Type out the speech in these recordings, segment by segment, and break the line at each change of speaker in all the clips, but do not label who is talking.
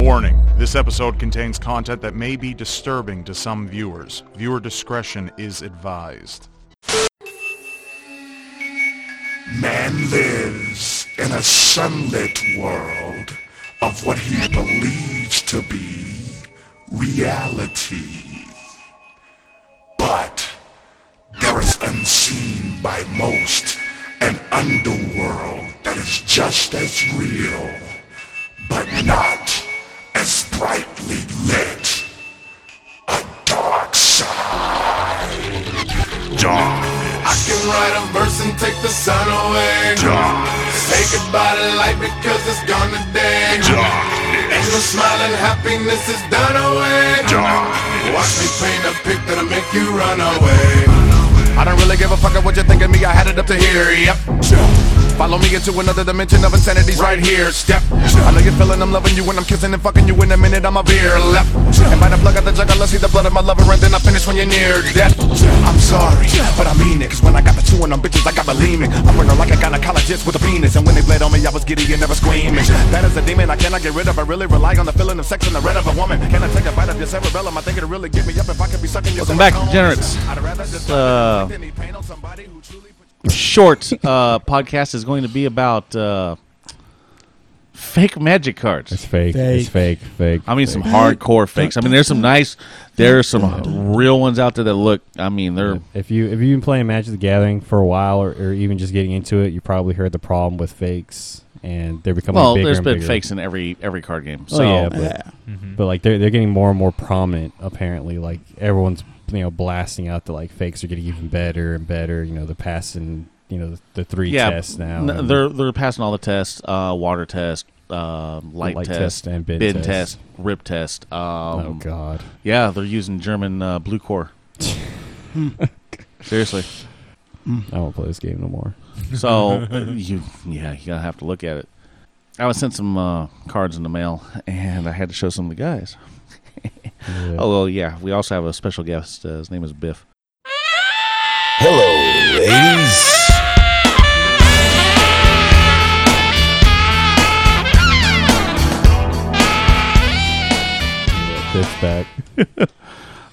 Warning, this episode contains content that may be disturbing to some viewers. Viewer discretion is advised.
Man lives in a sunlit world of what he believes to be reality. But there is unseen by most an underworld that is just as real, but not as brightly lit. A dark side. Dark.
I can write a verse and take the sun away. Say goodbye to light because it's gone today. Ain't no smiling, happiness is done away. Watch me paint a pic that'll make you run away. I don't really give a fuck at what you're thinking me. I had it up to here. Yep. Follow me into another dimension of insanity's right here. Step. I know you're feeling I'm loving you when I'm kissing and fucking you in a minute. I'm a beer left. And by the plug of the jug, I love see the blood of my lover, and then I finish when you're near death. I'm sorry, but I mean it. Cause when I got the two on them bitches, I got bulimic. I burn her like a gynecologist with a penis. And when they bled on me, I was giddy and never screaming. That is a demon I cannot get rid of. I really rely on the feeling of sex and the red of a woman. Can I take a bite of your cerebellum? I think it'll really get me up if I could be sucking your
Welcome back, degenerates.
I'd rather just
Uh,
any pain on somebody who truly put
short uh, podcast is going to be about uh, fake magic
It's
cards.
fake. It's fake. Fake.
I mean, some hardcore fakes. I mean, there's some nice, there are some real ones out there that look. I mean, they're
if you if you've been playing Magic the Gathering for a while, or, or even just getting into it, you probably heard the problem with fakes, and they're becoming
well.
Bigger
There's
and
been
bigger.
fakes Mm-hmm. in every every card game.
Oh
So
yeah, but, but like they're they're getting more and more prominent. Apparently, like everyone's you know blasting out the like fakes are getting even better and better. You know, they're passing you know the, the three
yeah,
tests now.
n-
and-
they're they're passing all the tests: uh, water test, uh, light,
Light
test,
test and bid
bid
test.
test, rib test. Um,
oh god.
Yeah, they're using German uh, blue core. Seriously.
I won't play this game no more.
So uh, you, yeah, you gotta have to look at it. I was sent some uh, cards in the mail, and I had to show some of the guys.
Yeah.
Oh well, yeah. We also have a special guest. Uh, his name is Biff.
Fifth back.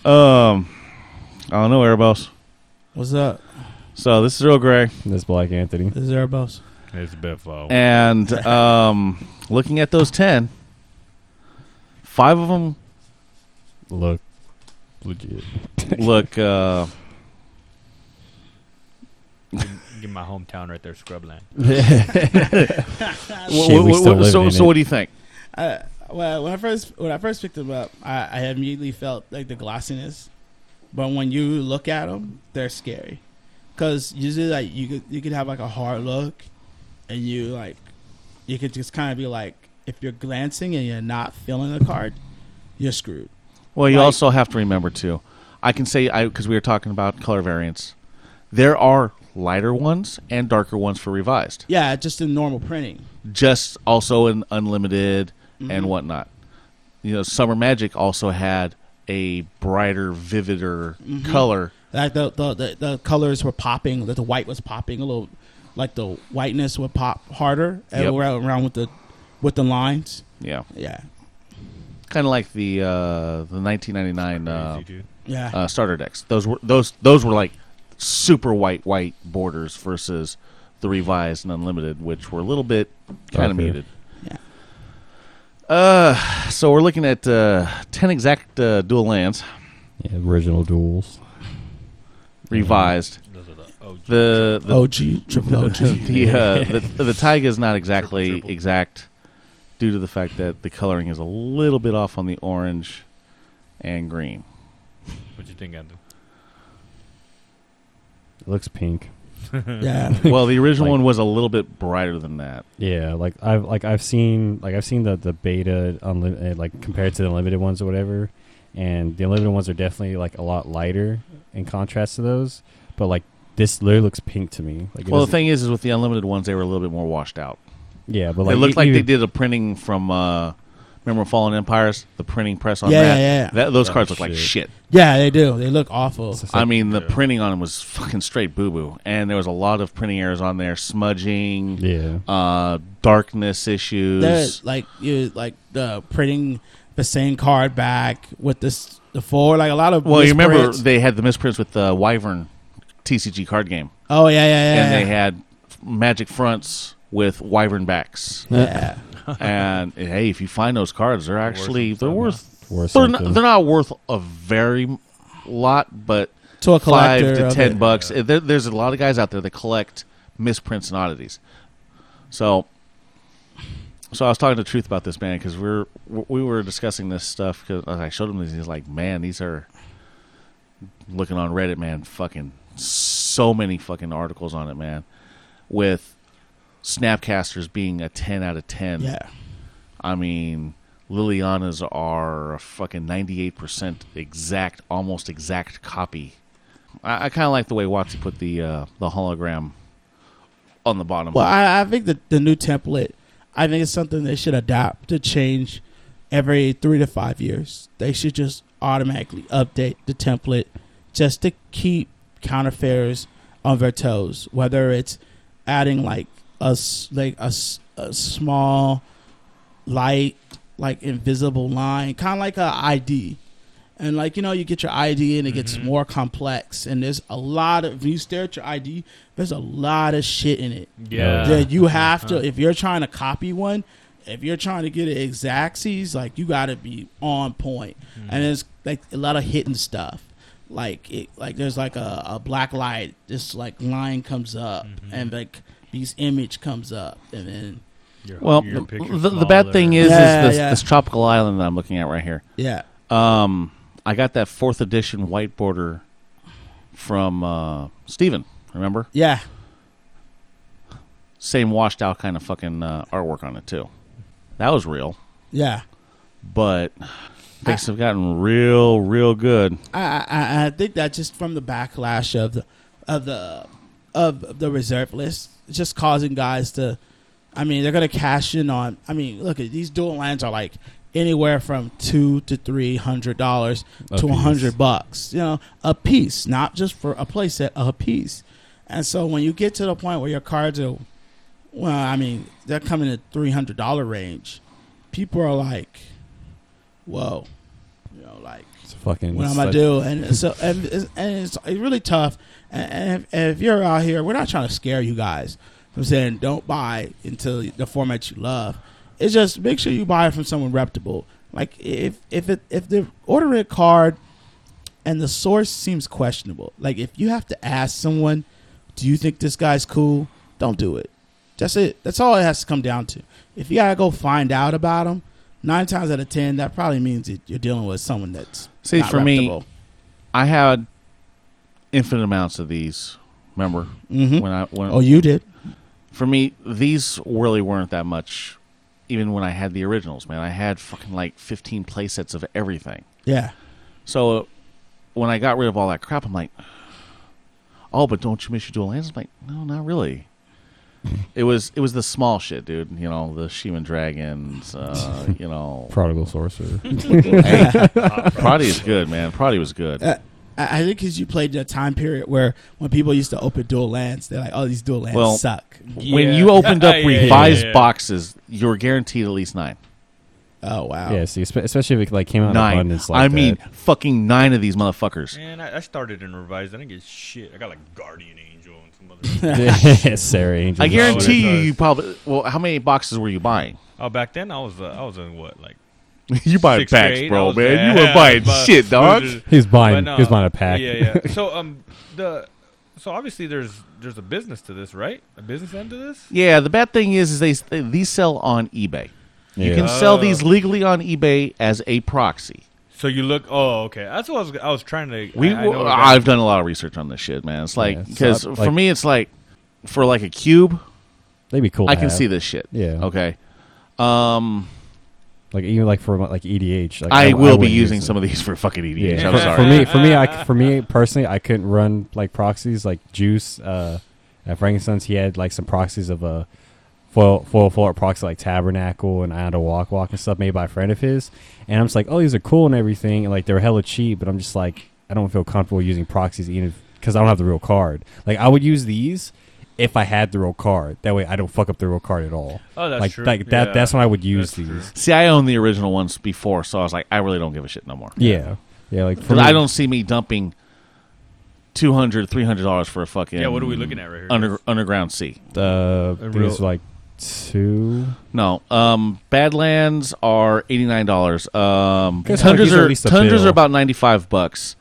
Um, I don't know, Erebos.
What's up?
So this is Earl Grey,
This Black Anthony.
This is Erebos.
It's Biffo.
and um, looking at those ten, five of them
Look legit.
look. Uh,
Give my hometown right there, Scrubland.
wh-
Shit, we
wh-
still
wh-
living
so,
in
so
it.
what do you think?
Uh, well, when I first when I first picked them up, I, I immediately felt like the glossiness, but when you look at them, they're scary, because usually like you could you could have like a hard look, and you like you could just kind of be like if you're glancing and you're not feeling the card, you're screwed.
Well, you
Like-
also have to remember too. I can say I because we were talking about color variants. There are lighter ones and darker ones for revised.
Yeah, just in normal printing.
Just also in unlimited
Mm-hmm.
and whatnot. You know, Summer Magic also had a brighter, vivider
Mm-hmm.
color.
Like the the, the the colors were popping, that the white was popping a little, like the whiteness would pop harder
Yep.
and around, around with the with the lines.
Yeah,
Yeah,
kind of like the uh, the 1999 uh,
yeah.
uh, starter decks. Those were those those were like super white white borders versus the revised and unlimited, which were a little bit kind
Darker.
of muted.
Yeah.
Uh, so we're looking at uh, ten exact uh, dual lands
Yeah, original duels. Mm-hmm.
revised.
Those are the OG.
The the
OG, triple OG.
the, uh, the the taiga is not exactly exact due to the fact that the coloring is a little bit off on the orange and green.
What you think, Anthony?
It looks pink.
yeah.
Well, the original
Like-
one was a little bit brighter than that.
Yeah, like I've like I've seen like I've seen the the beta unlimited like compared to the limited ones or whatever, and the unlimited ones are definitely like a lot lighter in contrast to those. But like this literally looks pink to me. Like it
Well, the
doesn't-
thing is, is with the unlimited ones, they were a little bit more washed out.
yeah, but like
it looked
e-
like they
even-
did a printing from uh, Remember Fallen Empires? The printing press on
Yeah,
that.
yeah, yeah.
That- those
Oh,
cards look like
shit.
shit.
Yeah, they do. They look awful.
It's
I
like-
mean, the
Yeah.
printing on them was fucking straight boo boo, and there was a lot of printing errors on there, smudging,
yeah.
uh, darkness
They're
issues.
like you like the printing the same card back with this the four like a lot of
Well, you remember
misprints.
they had the misprints with the Wyvern TCG card game,
oh yeah yeah yeah
and they
yeah.
had magic fronts with Wyvern backs.
Yeah.
and hey, if you find those cards, they're actually they're
something,
worth
Worth
they're not,
something.
they're not worth a very lot, but
to a
five
collector
to
of
ten
it.
bucks. There, there's a lot of guys out there that collect misprints and oddities. So, so I was talking to Truth about this man because we're we were discussing this stuff because I showed him these. He's like, man, these are looking on Reddit, man. Fucking so many fucking articles on it, man. With Snapcasters being a ten out of ten.
yeah
I mean, Lilianas are a fucking 98% exact, almost exact copy. I, I kind of like the way Watsy put the uh, the hologram on the bottom.
well I, I think that the new template I think it's something they should adapt to change every three to five years they should just automatically update the template just to keep counterfeiters on their toes whether it's adding like a s- like a, s- a small light like invisible line kind of like a id and like you know you get your id and it
Mm-hmm.
gets more complex and there's a lot of when you stare at your id there's a lot of shit in it
Yeah. Uh-huh.
that you have to if you're trying to copy one if you're trying to get it exacties like you got to be on point
Mm-hmm.
and there's like a lot of hidden stuff like it like there's like a, a black light this like line comes up
Mm-hmm.
and like these image comes up and then
Your-
well
your picture's
the, the bad
smaller.
thing is,
Yeah,
is this,
yeah.
this tropical island that I'm looking at right here.
yeah
Um, I got that fourth edition white border from uh, Steven, remember?
yeah
Same washed out kind of fucking uh, artwork on it, too. That was real,
yeah
but things have gotten real, real good.
I, I I think that just from the backlash of the of the of the reserve list, it's just causing guys to. I mean, they're gonna cash in on. I mean, look at these dual lands are like anywhere from two to three hundred dollars
A
to a
piece.
hundred bucks. You know, a piece, not just for a playset, a piece. And so when you get to the point where your cards are, well, I mean, they're coming at three hundred dollar range. People are like, "Whoa," you know, like
It's fucking.
what am I
like-
do? And so and, it's- and it's it's really tough. And- And if, and if you're out here, we're not trying to scare you guys. I'm saying don't buy until the format you love. It's just make sure you buy it from someone reputable. Like if if it if they're ordering a card and the source seems questionable, like if you have to ask someone, do you think this guy's cool? Don't do it. That's it. That's all it has to come down to. If you gotta go find out about him, nine times out of ten, that probably means that you're dealing with someone that's
See,
not
for me,
reputable.
I had infinite amounts of these. Remember
Mhm.
when I when
Oh, you did.
for me these really weren't that much. Even when I had the originals, man, I had fucking like fifteen playsets of everything.
Yeah.
So when I got rid of all that crap, I'm like, oh, but don't you miss your dual lands? I'm like, no, not really. it was it was the small shit, dude. You know the Shaman Dragons. Uh, you know,
Prodigal sorcerer.
Prodi is good, man. Prodi was good.
Uh, I I think because you played in a time period where when people used to open dual lands, they're like, "Oh, these dual lands
Well,
suck."
When
Yeah.
you opened up
Yeah, yeah, yeah,
revised
yeah.
boxes, you were guaranteed at least nine.
Oh wow.
yeah, see, espe- especially if it like came out in
nine.
abundance like
I mean,
that.
fucking nine of these motherfuckers.
Man, I, I started in revised. I didn't get shit. I got like Guardian Angel and some other.
Sarah Angel.
I guarantee you,
Oh,
you probably. Well, how many boxes were you buying?
oh, back then I was uh, I was in what like
you buying
sixth
packs,
grade? I
bro,
was-
man.
yeah,
you were
I
buying
was-
shit, dog.
He's buying.
But no,
he's buying a pack.
Yeah, yeah. So um, the so obviously there's there's a business to this, right? A business end to this.
Yeah, the bad thing is, is they they- these sell on eBay. You
Yeah.
can sell
Oh.
these legally on eBay as a proxy.
So you look. Oh, okay. That's what I was. I was trying to.
We,
I, I
I
know
have done a lot of research on this shit, man. It's like
Yeah, so,
because for
like-
me, it's like for like a cube,
They'd be cool.
I
to
can
have.
see this shit.
Yeah.
Okay. Um,
Like even like for like EDH. Like,
I, will be
wouldn't
using
use it.
some of these for fucking EDH.
Yeah,
I'm
for,
sorry.
for me, for me, I c for me personally, I couldn't run like proxies like Juice uh, at Frankenstein's. He had like some proxies of uh, foil foil foil products like Tabernacle and Ion to Walk Walk and stuff made by a friend of his. And I'm just like, oh, these are cool and everything, and like they're hella cheap. But I'm just like, I don't feel comfortable using proxies even because I don't have the real card. Like I would use these if I had the real card. That way, I don't fuck up the real card at all.
Oh, that's
like
true.
like that.
Yeah.
That's when I would use
That's
these.
true.
See, I owned the original ones before, so I was like, I really don't give a shit no more.
Yeah, yeah. Like for
Because I
me-
don't see me dumping 200 300 dollars for a fucking
Yeah, what are we looking at right here?
under underground sea.
Uh,
A
I think
real-
it's like two.
No, um, Badlands are eighty nine dollars. Um,
Guess
tundras
Huggies are at
are
least a
tundras
bill.
are about ninety five bucks.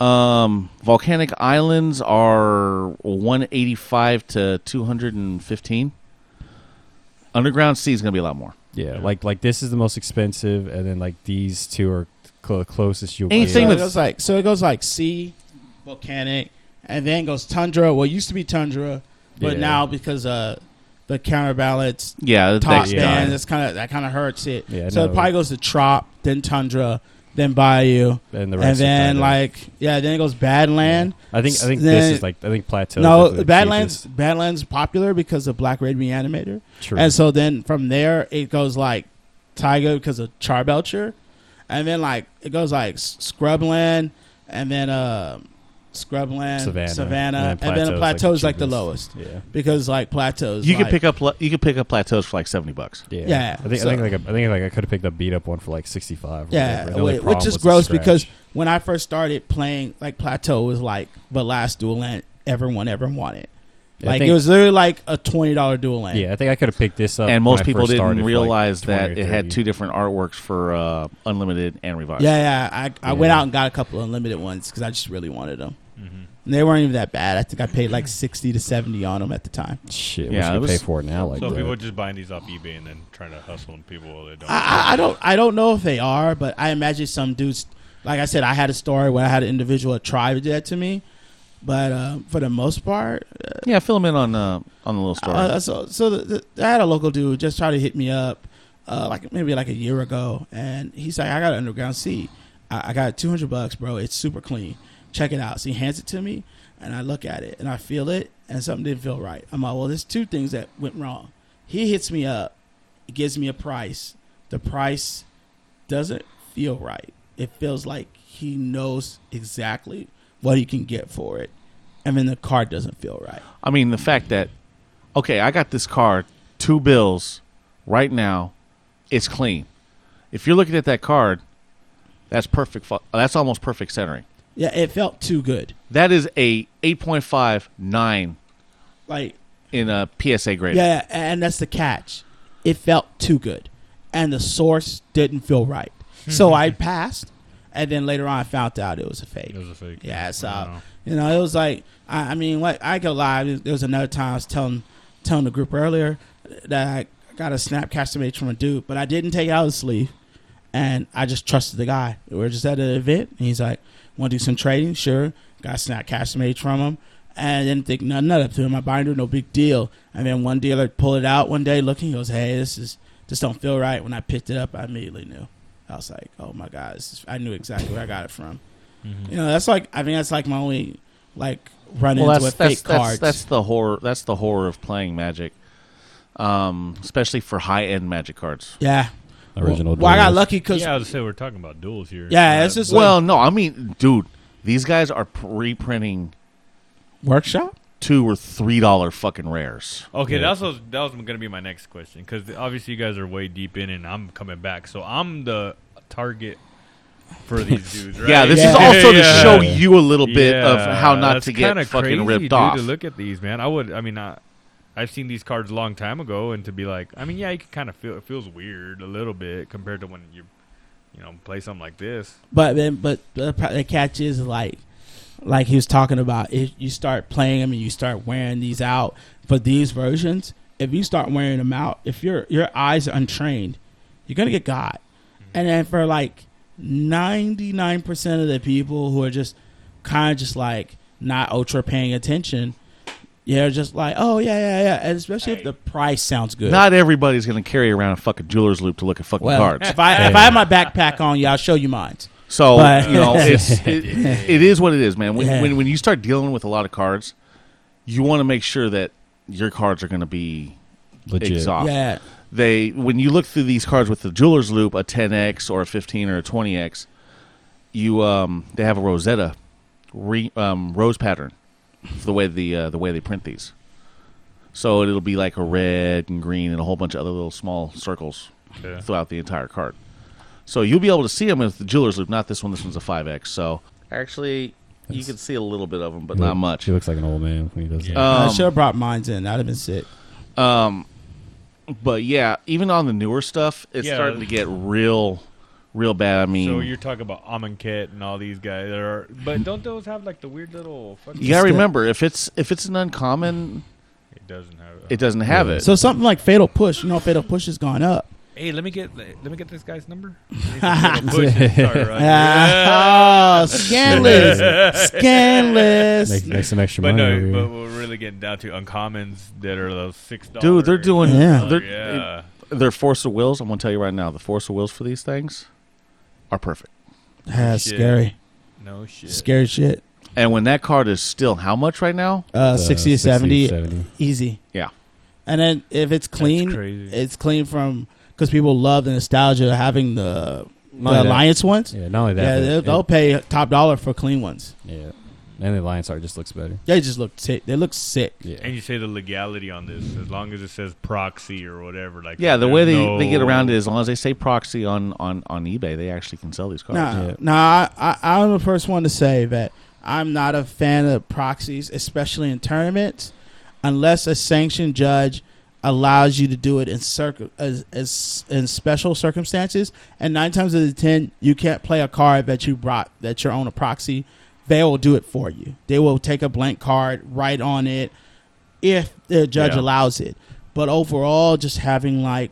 Um, volcanic islands are one eighty five to two hundred and fifteen. Underground sea is going to be a lot more.
Yeah, like like this is the most expensive, and then like these two are cl- closest you'll
Anything
get.
so it
that's-
goes like so it goes like sea, volcanic, and then goes tundra. Well, it used to be tundra, but
Yeah.
now because uh the counterbalance
Yeah,
top
that's
yeah.
stands,
done.
it's kind of that kind of hurts it.
Yeah,
so
no.
it probably goes to trop, then tundra, then bayou,
and the rest
and
are
then
kinda-
like yeah, then it goes badland.
I think I think
then-
this is like I think plateau. is
No,
definitely the
badlands
cheapest.
badlands popular because of Black Red Reanimator.
True.
And so then from there it goes like Tiger because of Charbelcher, and then like it goes like S- Scrubland, and then uh, Scrubland,
Savannah,
Savannah, Savannah, and then,
Plateau's, like,
Plateau's
the
like the
cheapest.
lowest
yeah.
because like Plateau's.
You
like,
could pick up le- you could pick up plateaus for like seventy bucks.
Yeah.
Yeah,
I think
so-
I think like a, I think like I could have picked a beat up one for like sixty five.
Yeah, wh- which is gross because when I first started playing, like Plateau was like the last dual land everyone ever wanted.
Yeah, I
like
think-
it was literally like a twenty dollar dual land.
yeah, I think I could have picked this up.
and
when
most
I
people
first
didn't
started for, like,
realize
20 or
that it had
30.
two different artworks for uh, Unlimited and Revived.
Yeah, yeah. I, I went
Yeah.
out and got a couple unlimited ones because I just really wanted them. And they weren't even that bad. I think I paid like sixty to seventy on them at the time.
Shit,
Yeah,
yeah,
it
we should pay
was-
for it now. Like
so
that.
people are just buying these off eBay and then trying to hustle people while they don't.
I, I, I don't I don't know if they are, but I imagine some dudes. Like I said, I had a story where I had an individual a tribe did that to me, but uh, for the most part,
yeah. Fill them in on uh, on the little story.
Uh, so, so the, the, I had a local dude just try to hit me up, uh, like maybe like a year ago, and he's like, "I got an underground seat. I, I got two hundred bucks, bro. It's super clean. Check it out." So he hands it to me, and I look at it, and I feel it, and something didn't feel right. I'm like, "Well, there's two things that went wrong." He hits me up, gives me a price. The price doesn't feel right. It feels like he knows exactly what he can get for it, and then the card doesn't feel right.
I mean, the fact that, okay, I got this card, two bills, right now, it's clean. If you're looking at that card, that's perfect. Fu- that's almost perfect centering.
Yeah, it felt too good.
That is a 8.5 9
Like,
in a PSA grade.
yeah, and that's the catch. It felt too good, and the source didn't feel right. so I passed, and then later on I found out it was a fake.
It was a fake.
Yeah, so
Wow.
you know, it was like I, I mean, like I go live. There was another time I was telling telling the group earlier that I got a Snapcaster made from a dude, but I didn't take it out of the sleeve, and I just trusted the guy. We were just at an event, and he's like, "Want to do some trading? Sure." Got a Snapcaster made from him, and didn't think nothing of it. Threw it in my binder, no big deal. And then one dealer pulled it out one day, looking, he goes, "Hey, this is this don't feel right." When I picked it up, I immediately knew. I was like, "Oh my god!" This is, I knew exactly where I got it from. You know, that's like I think that's like my only like run-ins
Well, that's
with
that's,
fake
that's
cards.
that's the horror. That's the horror of playing Magic, um, especially for high end Magic cards.
yeah.
original.
Well, well, I got
doors.
lucky because
yeah, I was gonna say we're talking about duels here.
Yeah,
Not-
it's just-
Well, no, I mean, dude, these guys are reprinting
workshop.
two or three dollar fucking rares.
Okay, that's what was, that was going to be my next question because obviously you guys are way deep in, and I'm coming back, so I'm the target for these dudes. Right?
Yeah, this
Yeah.
is also to
Yeah.
show you a little bit of
Yeah,
how not
that's
to get
kinda
fucking
crazy,
ripped
dude,
off.
To look at these, man, I would. I mean, I, I've seen these cards a long time ago, and to be like, I mean, yeah, you can kind of feel it feels weird a little bit compared to when you, you know, play something like this.
But then, but the, pro- the catch is like, like he was talking about, if you start playing them and you start wearing these out for these versions, if you start wearing them out, if your your eyes are untrained, you're gonna get got. And then for like ninety nine percent of the people who are just kind of just like not ultra paying attention, you're just like, oh yeah, yeah, yeah. And especially if the price sounds good.
Not everybody's going to carry around a fucking jeweler's loop to look at fucking
well,
cards.
if I if I have my backpack on, yeah, I'll show you mine.
So
but-
you know, it's, it, it is what it is, man. When,
Yeah.
when when you start dealing with a lot of cards, you want to make sure that your cards are going to be
legit.
exhaust.
Yeah.
They when you look through these cards with the jeweler's loop, a 10x or a 15 or a 20x, you um they have a Rosetta re, um, rose pattern for the way the uh, the way they print these. So it'll be like a red and green and a whole bunch of other little small circles
Yeah.
throughout the entire card. So you'll be able to see them with the jeweler's loop. Not this one. This one's a 5x. So actually, you
That's-
can see a little bit of them, but
He
not
look-
much.
He looks like an old man when he does that.
Yeah.
I
Um,
should have brought mines in. That'd have been sick.
Um, but yeah, even on the newer stuff, it's
Yeah.
starting to get real, real bad. I mean,
So you're talking about Amonkhet and all these guys that are, but don't those have like the weird little? Fucking
you gotta remember if it's if it's an uncommon,
It doesn't have.
it doesn't have it.
So something like Fatal Push, you know, Fatal Push has gone up.
hey, let me get let me get this guy's number. Push and start, right?
Ah, oh, scandalous,
Make,
scandalous.
make some extra
But
money.
no,
over
but
here.
we're really getting down to uncommons that are those six dollars.
Dude, they're doing
Yeah.
they're,
Oh, yeah.
their force of wills. I'm gonna tell you right now, the force of wills for these things are perfect.
Ah,
Shit.
scary,
No shit.
scary shit.
And when that card is still how much right now?
Uh,
Uh,
60 to 70, easy.
Yeah.
And then if it's clean,
crazy.
it's clean from because people love the nostalgia of having the, the
Not that-
alliance ones.
Yeah, not only
Yeah,
that.
they'll,
but,
they'll pay top dollar for clean ones.
yeah. And the Alliance art just looks better.
They just look sick. They look sick.
Yeah.
and you say the legality on this, as long as it says proxy or whatever. Like
Yeah, the
there's
way they,
no-
they get around it, as long as they say proxy on, on, on eBay, they actually can sell these cards.
Nah,
Yeah.
nah. I, I, I'm the first one to say that I'm not a fan of proxies, especially in tournaments, unless a sanctioned judge allows you to do it in circ- as, as in special circumstances. And nine times out of ten, you can't play a card that you brought that you're on a proxy. They will do it for you. They will take a blank card, write on it, if the judge
Yeah.
allows it. But overall, just having like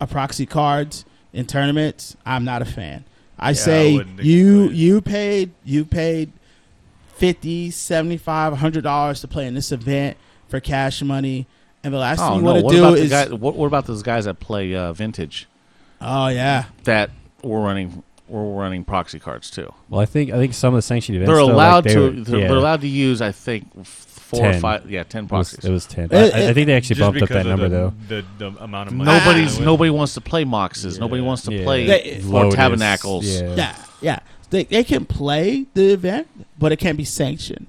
a proxy cards in tournaments, I'm not a fan. I say
wouldn't
you
agree.
you paid you paid 50 75 100 dollars to play in this event for cash money and the last
Oh
thing you
no!
want
What
to do
about the
is
guy, what, what about those guys that play uh, vintage
oh yeah
that were running were running proxy cards too?
Well, I think I think some of the sanctioned events
They're
though, like,
allowed
they
to.
were-
they're,
yeah,
they're allowed to use. I think f- four or
Ten.
five. Yeah, ten
It was,
proxies.
it was ten.
It-
I, I think they actually
just
bumped up
because
that
of
number
the,
though.
The, the amount of money.
Nobody's
that went-
nobody wants to play moxes. Nobody
Yeah.
wants to
Yeah.
play
They-
four
Lotus,
tabernacles.
Yeah.
Yeah, yeah. They, they can play the event, but it can't be sanctioned.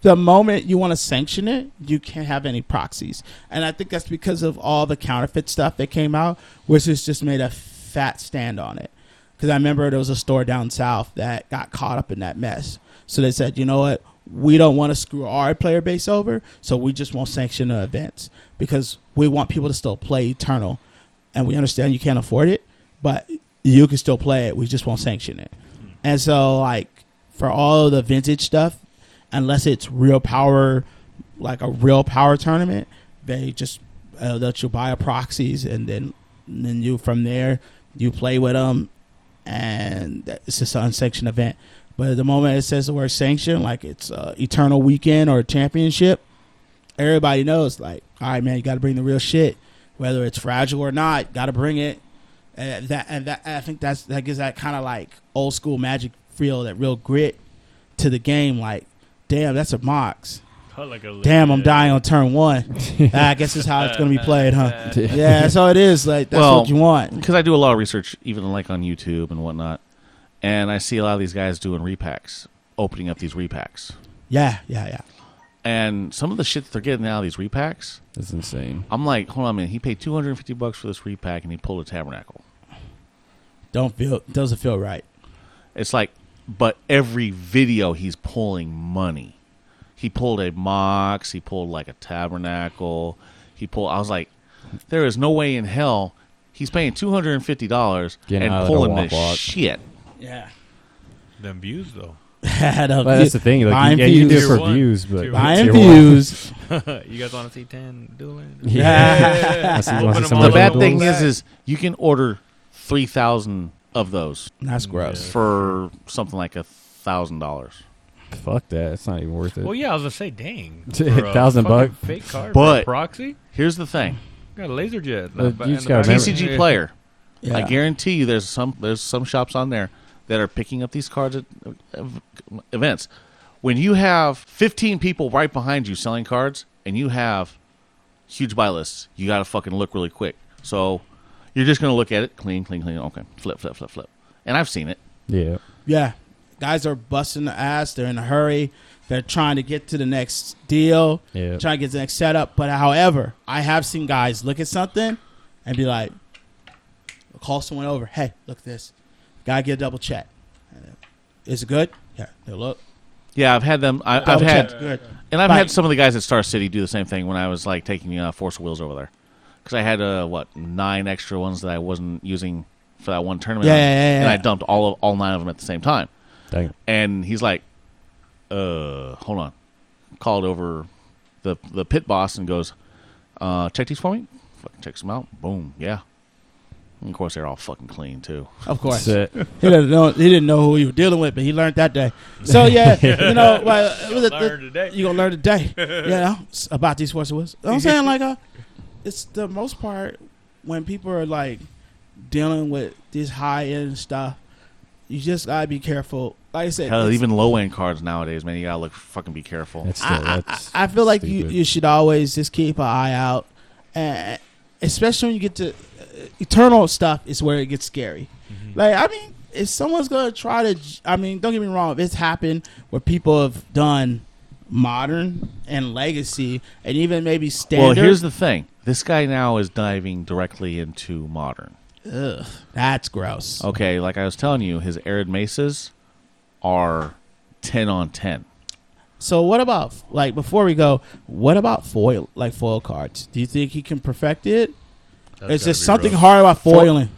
The moment you want to sanction it, you can't have any proxies. And I think that's because of all the counterfeit stuff that came out, which has just made a fat stand on it. Because I remember there was a store down south that got caught up in that mess. So they said, you know what? We don't want to screw our player base over, so we just won't sanction the events because we want people to still play Eternal. And we understand you can't afford it, but you can still play it. We just won't sanction it. And so, like, for all the vintage stuff, unless it's real power, like a real power tournament, they just uh, let you buy a proxies and then and then you from there you play with them, and that- it's just an unsanctioned event. But at the moment it says the word sanction, like it's uh, eternal weekend or championship, everybody knows. Like, all right, man, you got to bring the real shit, whether it's fragile or not. Got to bring it. And that and that I think that's that gives that kind of like old school magic feel, that real grit to the game. Like, damn, that's a mox.
Cut like a
Damn, I'm
legit-
dying on turn one. Ah, I guess that's how it's gonna be played, huh? yeah, that's how it is. Like, that's
Well,
what you want.
Because I do a lot of research, even like on YouTube and whatnot, and I see a lot of these guys doing repacks, opening up these repacks,
Yeah, yeah, yeah.
and some of the shit that they're getting out of these repacks.
That's insane.
I'm like, hold on a minute. He paid 250 bucks for this repack, and he pulled a tabernacle.
Don't feel doesn't feel right.
It's like, but every video he's pulling money. He pulled a mox. He pulled like a tabernacle. He pulled. I was like, there is no way in hell he's paying two hundred and fifty dollars
Getting out
and
of the
pulling
walk
this
walk.
shit.
Yeah.
Them views though.
But that's the thing. Like,
buying
you, yeah, you do
views.
it for
Tier one.
views, but
Tier one.
Buying
Tier one.
views.
you guys want to see ten dueling?
Yeah. I see- I
Open
see
them
some
all
The
of
up.
the
bad
old
thing
ones.
is, is you can order three thousand of those
That's gross.
for something like a thousand dollars.
fuck that. It's not even worth it.
Well, yeah, I was gonna say, dang,
T-
for a
thousand
fucking
buck.
fake card,
But-
but proxy
Here's the thing:
got a laser jet.
But
Ba-
you
in
just
the
gotta
back.
remember-
TCG player.
Yeah.
I guarantee you, there's some there's some shops on there that are picking up these cards at uh, ev- events. When you have 15 people right behind you selling cards, and you have huge buy lists. You got to fucking look really quick. So you're just gonna look at it, clean, clean, clean. Okay, flip, flip, flip, flip. And I've seen it.
Yeah.
Yeah. Guys are busting the ass. They're in a hurry. They're trying to get to the next deal,
Yeah.
trying to get to the next setup. But however, I have seen guys look at something and be like, call someone over. Hey, look at this. Gotta get a double check. And then, Is it good? Yeah. They look.
Yeah, I've had them. I, I've
Double
had,
check. Good.
and I've
Right.
had some of the guys at Star City do the same thing when I was like taking uh, Force Wheels over there, because I had uh, what nine extra ones that I wasn't using for that one tournament.
Yeah, yeah, yeah,
And
yeah.
I dumped all of all nine of them at the same time.
Dang.
and he's like, "Uh, hold on." Called over the the pit boss and goes, "Uh, check these for me." Fucking checks them out. Boom. Yeah. And of course, they're all fucking clean too.
Of course.
That's it.
He didn't know. He didn't know who he was dealing with, but he learned that day. So yeah, you know, well, it was a-
learn today.
You gonna learn today, you know, s- about these forces. wheels. You know what I'm saying like, uh, it's the most part when people are like dealing with this high end stuff. You just gotta be careful. Like I said,
Hell,
it's-
even low end cards nowadays, man, you gotta look fucking be careful.
That's still,
I,
that's
I, I feel like you,
stupid.
you should always just keep an eye out, and especially when you get to uh, eternal stuff is where it gets scary.
Mm-hmm.
Like I mean, if someone's gonna try to, j- I mean, don't get me wrong, if it's happened where people have done modern and legacy and even maybe
Well,
standard.
here's the thing. This guy now is diving directly into modern.
Ugh, that's gross.
Okay, like I was telling you, his arid mesas are ten on ten.
So what about like before we go? What about foil like foil cards? Do you think he can perfect it? Is there something hard about foiling?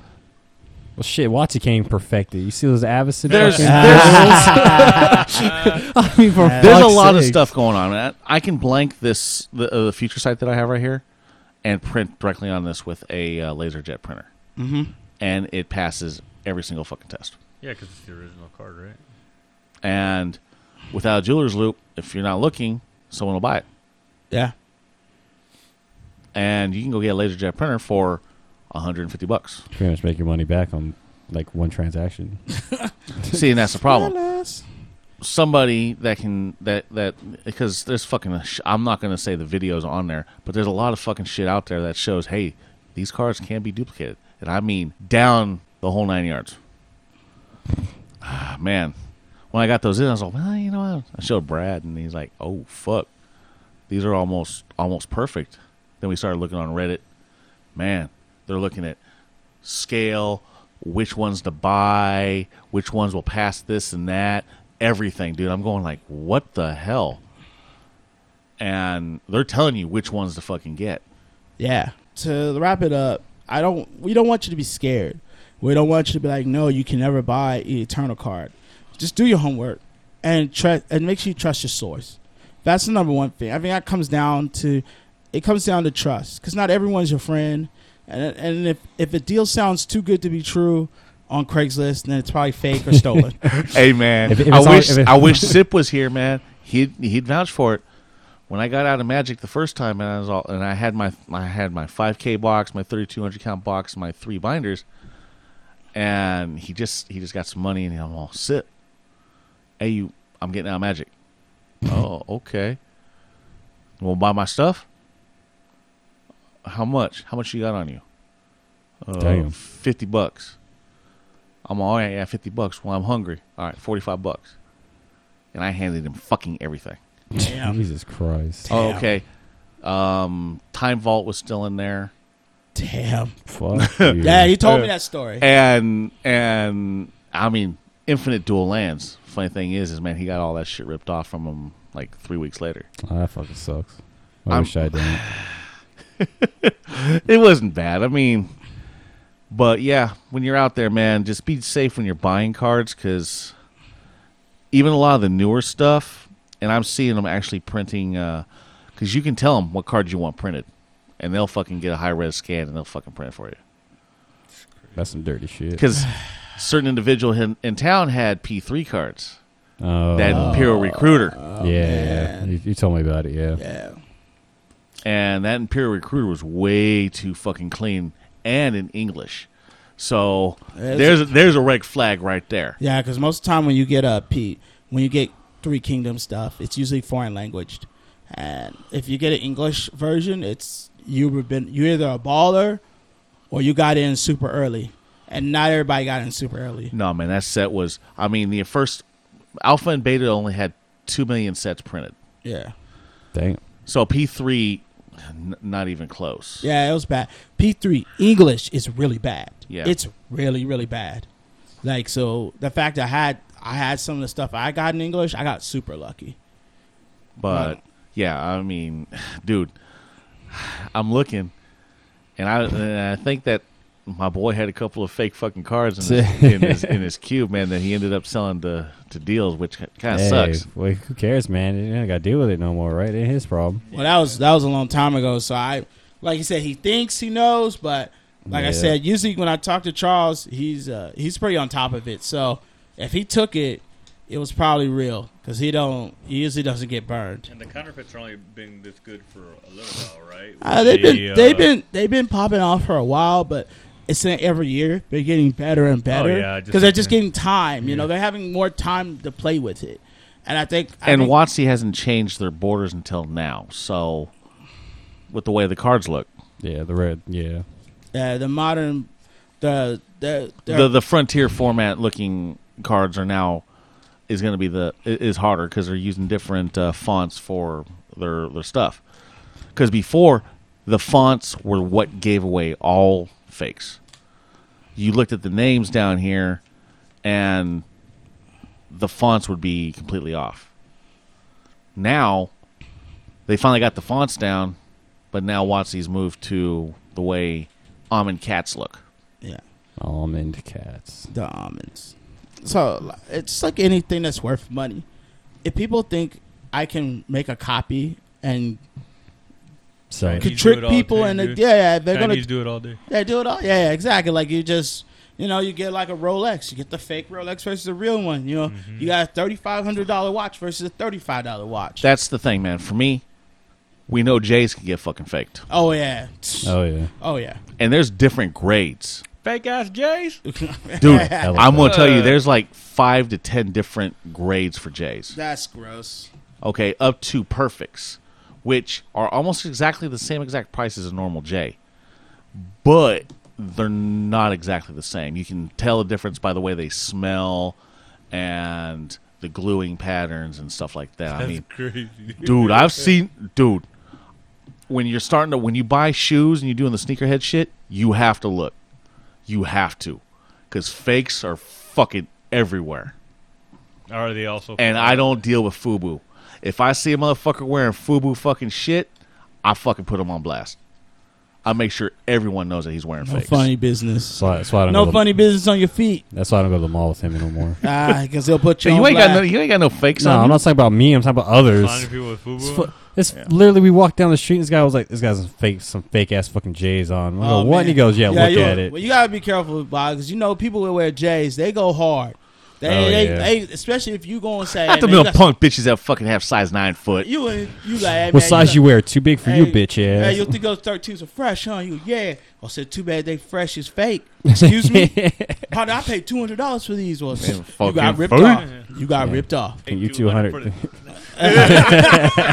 well, shit. Watsi came perfected. You see those Avison?
There's-
fucking girls? I mean, for
There's a
fuck's
lot of
sake.
stuff going on. man. I can blank this the, uh, the future site that I have right here, and print directly on this with a uh, laser jet printer, mm-hmm. and it passes every single fucking test.
Yeah, because it's the original card, right?
And without a jeweler's loop, if you're not looking, someone will buy it,
Yeah.
and you can go get a laser jet printer for 150 bucks.
Pretty much make your money back on like one transaction.
See, and that's the problem.
Alas.
somebody that can that that because there's fucking a sh- I'm not gonna say the videos on there, but there's a lot of fucking shit out there that shows hey these cars can be duplicated, and I mean down the whole nine yards. Ah, man, when I got those in, I was like, well, you know, what? I showed Brad, and he's like, oh fuck, these are almost almost perfect. Then we started looking on Reddit. Man, they're looking at scale, which ones to buy, which ones will pass this and that, everything, dude. I'm going like, what the hell? And they're telling you which ones to fucking get.
yeah to wrap it up i don't we don't want you to be scared we don't want you to be like no you can never buy an eternal card just do your homework and trust and make sure you trust your source that's the number one thing i think that comes down to it comes down to trust because not everyone's your friend and, and if, if a deal sounds too good to be true on craigslist then it's probably fake or stolen
Hey man,
If- if
I
it's all-
wish
if it-
I wish Sip was here, man. He'd he'd vouch for it. When I got out of Magic the first time, and I was all, and I had my I had my 5K box, my 3200 count box, my three binders, and he just he just got some money, and I'm all Sip. Hey, you, I'm getting out of Magic. oh, okay. You want to buy my stuff? How much? How much you got on you? Uh,
Damn.
Fifty bucks. I'm all right. Yeah, fifty bucks. Well, I'm hungry. All right, forty-five bucks. And I handed him fucking everything.
damn
Jesus Christ.
Oh,
Damn.
okay. Um, Time Vault was still in there,
damn
Fuck. dude.
yeah you told me that story
and and I mean, Infinite Dual Lands. Funny thing is, is man, he got all that shit ripped off from him like three weeks later.
Oh, that fucking sucks. I
I'm-
wish I didn't.
it wasn't bad. I mean, but yeah, when you're out there, man, just be safe when you're buying cards because even a lot of the newer stuff, and I'm seeing them actually printing because you can tell them what card you want printed, and they'll fucking get a high res scan and they'll fucking print it for you
That's some dirty shit.
because certain individual in, in town had P3 cards
Oh,
that Imperial Recruiter.
yeah, yeah. You, you told me about it. Yeah.
yeah
and that Imperial Recruiter was way too fucking clean and in English. So
That's-
there's a, there's a red flag right there.
Yeah, uh, because most of the time when you get a P, when you get Three Kingdom stuff, it's usually foreign language, And if you get an English version, it's you were been you either a baller or you got in super early. And not everybody got in super early.
No, man, that set was. I mean, the first alpha and beta only had two million sets printed.
Yeah.
Dang.
So P three, n- not even close.
Yeah, it was bad. P three English is really bad.
Yeah.
it's really really bad. Like so, the fact I had I had some of the stuff I got in English, I got super lucky.
But
Right.
yeah, I mean, dude, I'm looking, and I and I think that my boy had a couple of fake fucking cards in his, in his, in his cube, man. That he ended up selling to to deals, which kind of
Hey,
sucks.
Well, who cares, man? You ain't got to deal with it no more, right? It ain't his problem.
Well, that was that was a long time ago. So I, like you said, he thinks he knows, but like
Yeah.
I said, usually when I talk to Charles, he's uh, he's pretty on top of it. So if he took it, it was probably real because he don't he usually doesn't get burned.
And the counterfeits are only been this good for a little while, right?
Uh, they've been they've been they've been popping off for a while, but it's not every year they're getting better and better
Oh, yeah, just-
because they're just getting time. You know, they're having more time to play with it, and I think I
And
think-
Watsy hasn't changed their borders until now. So, with the way the cards look,
Yeah, the red. Yeah.
uh, the modern the the, the,
the the frontier format looking cards are now is going to be the i- is harder because they're using different uh, fonts for their their stuff. Because before the fonts were what gave away all fakes. You looked at the names down here, and the fonts would be completely off. Now they finally got the fonts down, but now Watsy's moved to the way almond cats look.
yeah.
Almond Oh, cats.
the almonds. So li- it's like anything that's worth money. If people think I can make a copy and
So
Chinese
could
do it
trick
all
people
day,
and yeah,
dude.
yeah, they're
Chinese
gonna
do it all day.
they do it all. Yeah, yeah, exactly. Like you just you know you get like a Rolex, you get the fake Rolex versus the real one. You know
Mm-hmm.
you got a thirty five hundred dollar watch versus a thirty five dollar watch.
That's the thing, man. For me, we know Jays can get fucking faked,
oh yeah,
Oh yeah.
oh yeah.
and there's different grades,
Fake ass Jays.
dude.
I like
I'm gonna
that.
tell you, there's like five to ten different grades for Jays.
That's gross.
Okay, up to perfects, which are almost exactly the same exact price as a normal J, but they're not exactly the same. You can tell the difference by the way they smell and the gluing patterns and stuff like that. I mean,
Crazy.
dude i've seen dude when you're starting to when you buy shoes and you're doing the sneakerhead shit you have to look you have to because fakes are fucking everywhere
Are they also?
and i don't deal with fubu if i see a motherfucker wearing fubu fucking shit i fucking put him on blast i make sure everyone knows that he's wearing
No
fakes
funny business.
That's why, that's why I don't.
No
go
funny business on your feet.
To, that's why I don't go to the mall with him anymore.
Ah, because they'll put you.
you
on
ain't got
blast.
no, you ain't got no fakes
no,
on
I'm
you.
not talking about me. I'm talking about others.
Finding people with
It's,
FUBU.
fu- it's literally we walked down the street. and This guy was like, "This guy's fake, some fake ass fucking J's on." I go,
Oh,
what? And he
man.
goes, "Yeah, look
you,
at it."
Well, you gotta be careful, Bob, because you know people that wear J's, they go hard. They,
Oh,
they,
yeah.
they, especially if you go and say,
not the
they
little
got-
punk bitches that fucking have size nine foot
You and you like, hey,
what
man,
size you
look-
wear? Too big for you,
hey,
bitch
Hey, you
ass.
think those 13s are fresh, huh? You, yeah. I said, too bad they fresh is fake. Excuse me, how did I pay two hundred dollars for these? Well, you
fucking
got ripped
fake.
off. You got ripped off.
Take
you
200
200.
for the-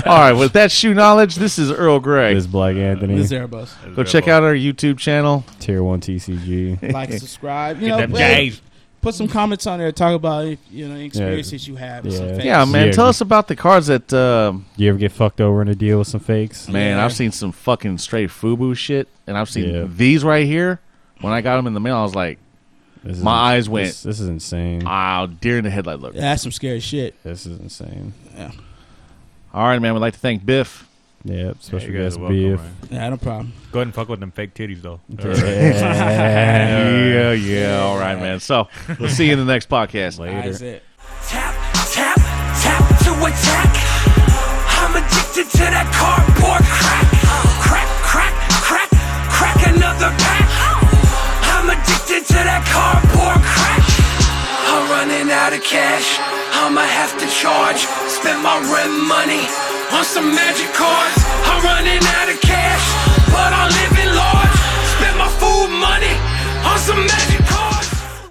all right with that shoe knowledge this is earl gray
This black Anthony,
This Airbus,
go check out our youtube channel
tier one TCG.
like, subscribe. You know,
them
hey,
J's.
put some comments on there. Talk about if, you know any experiences you have. with some
Yeah.
fakes.
Yeah, man.
Yeah.
Tell us about the cards that. Uh,
You ever get fucked over in a deal with some fakes?
man,
Yeah.
I've seen some fucking straight FUBU shit, and I've seen
Yeah.
these right here. When I got them in the mail, I was like,
This is-
My eyes went.
This, this is insane.
"Wow, deer in the headlight look."
Yeah, that's some scary shit.
This is insane.
All right, man. We'd like to thank Biff.
Yep, special
you guys
guest
are welcome,
beef.
man.
Yeah, no problem.
Go ahead and fuck with them fake titties though.
Yeah, yeah. All right, man. So we'll see you in the next podcast.
That's it.
Tap, tap, tap to attack. I'm addicted to that cardboard crack. Crack, crack, crack, crack another pack. I'm addicted to that cardboard crack. I'm running out of cash. I'ma have to charge. Spend my rent money on some magic cards.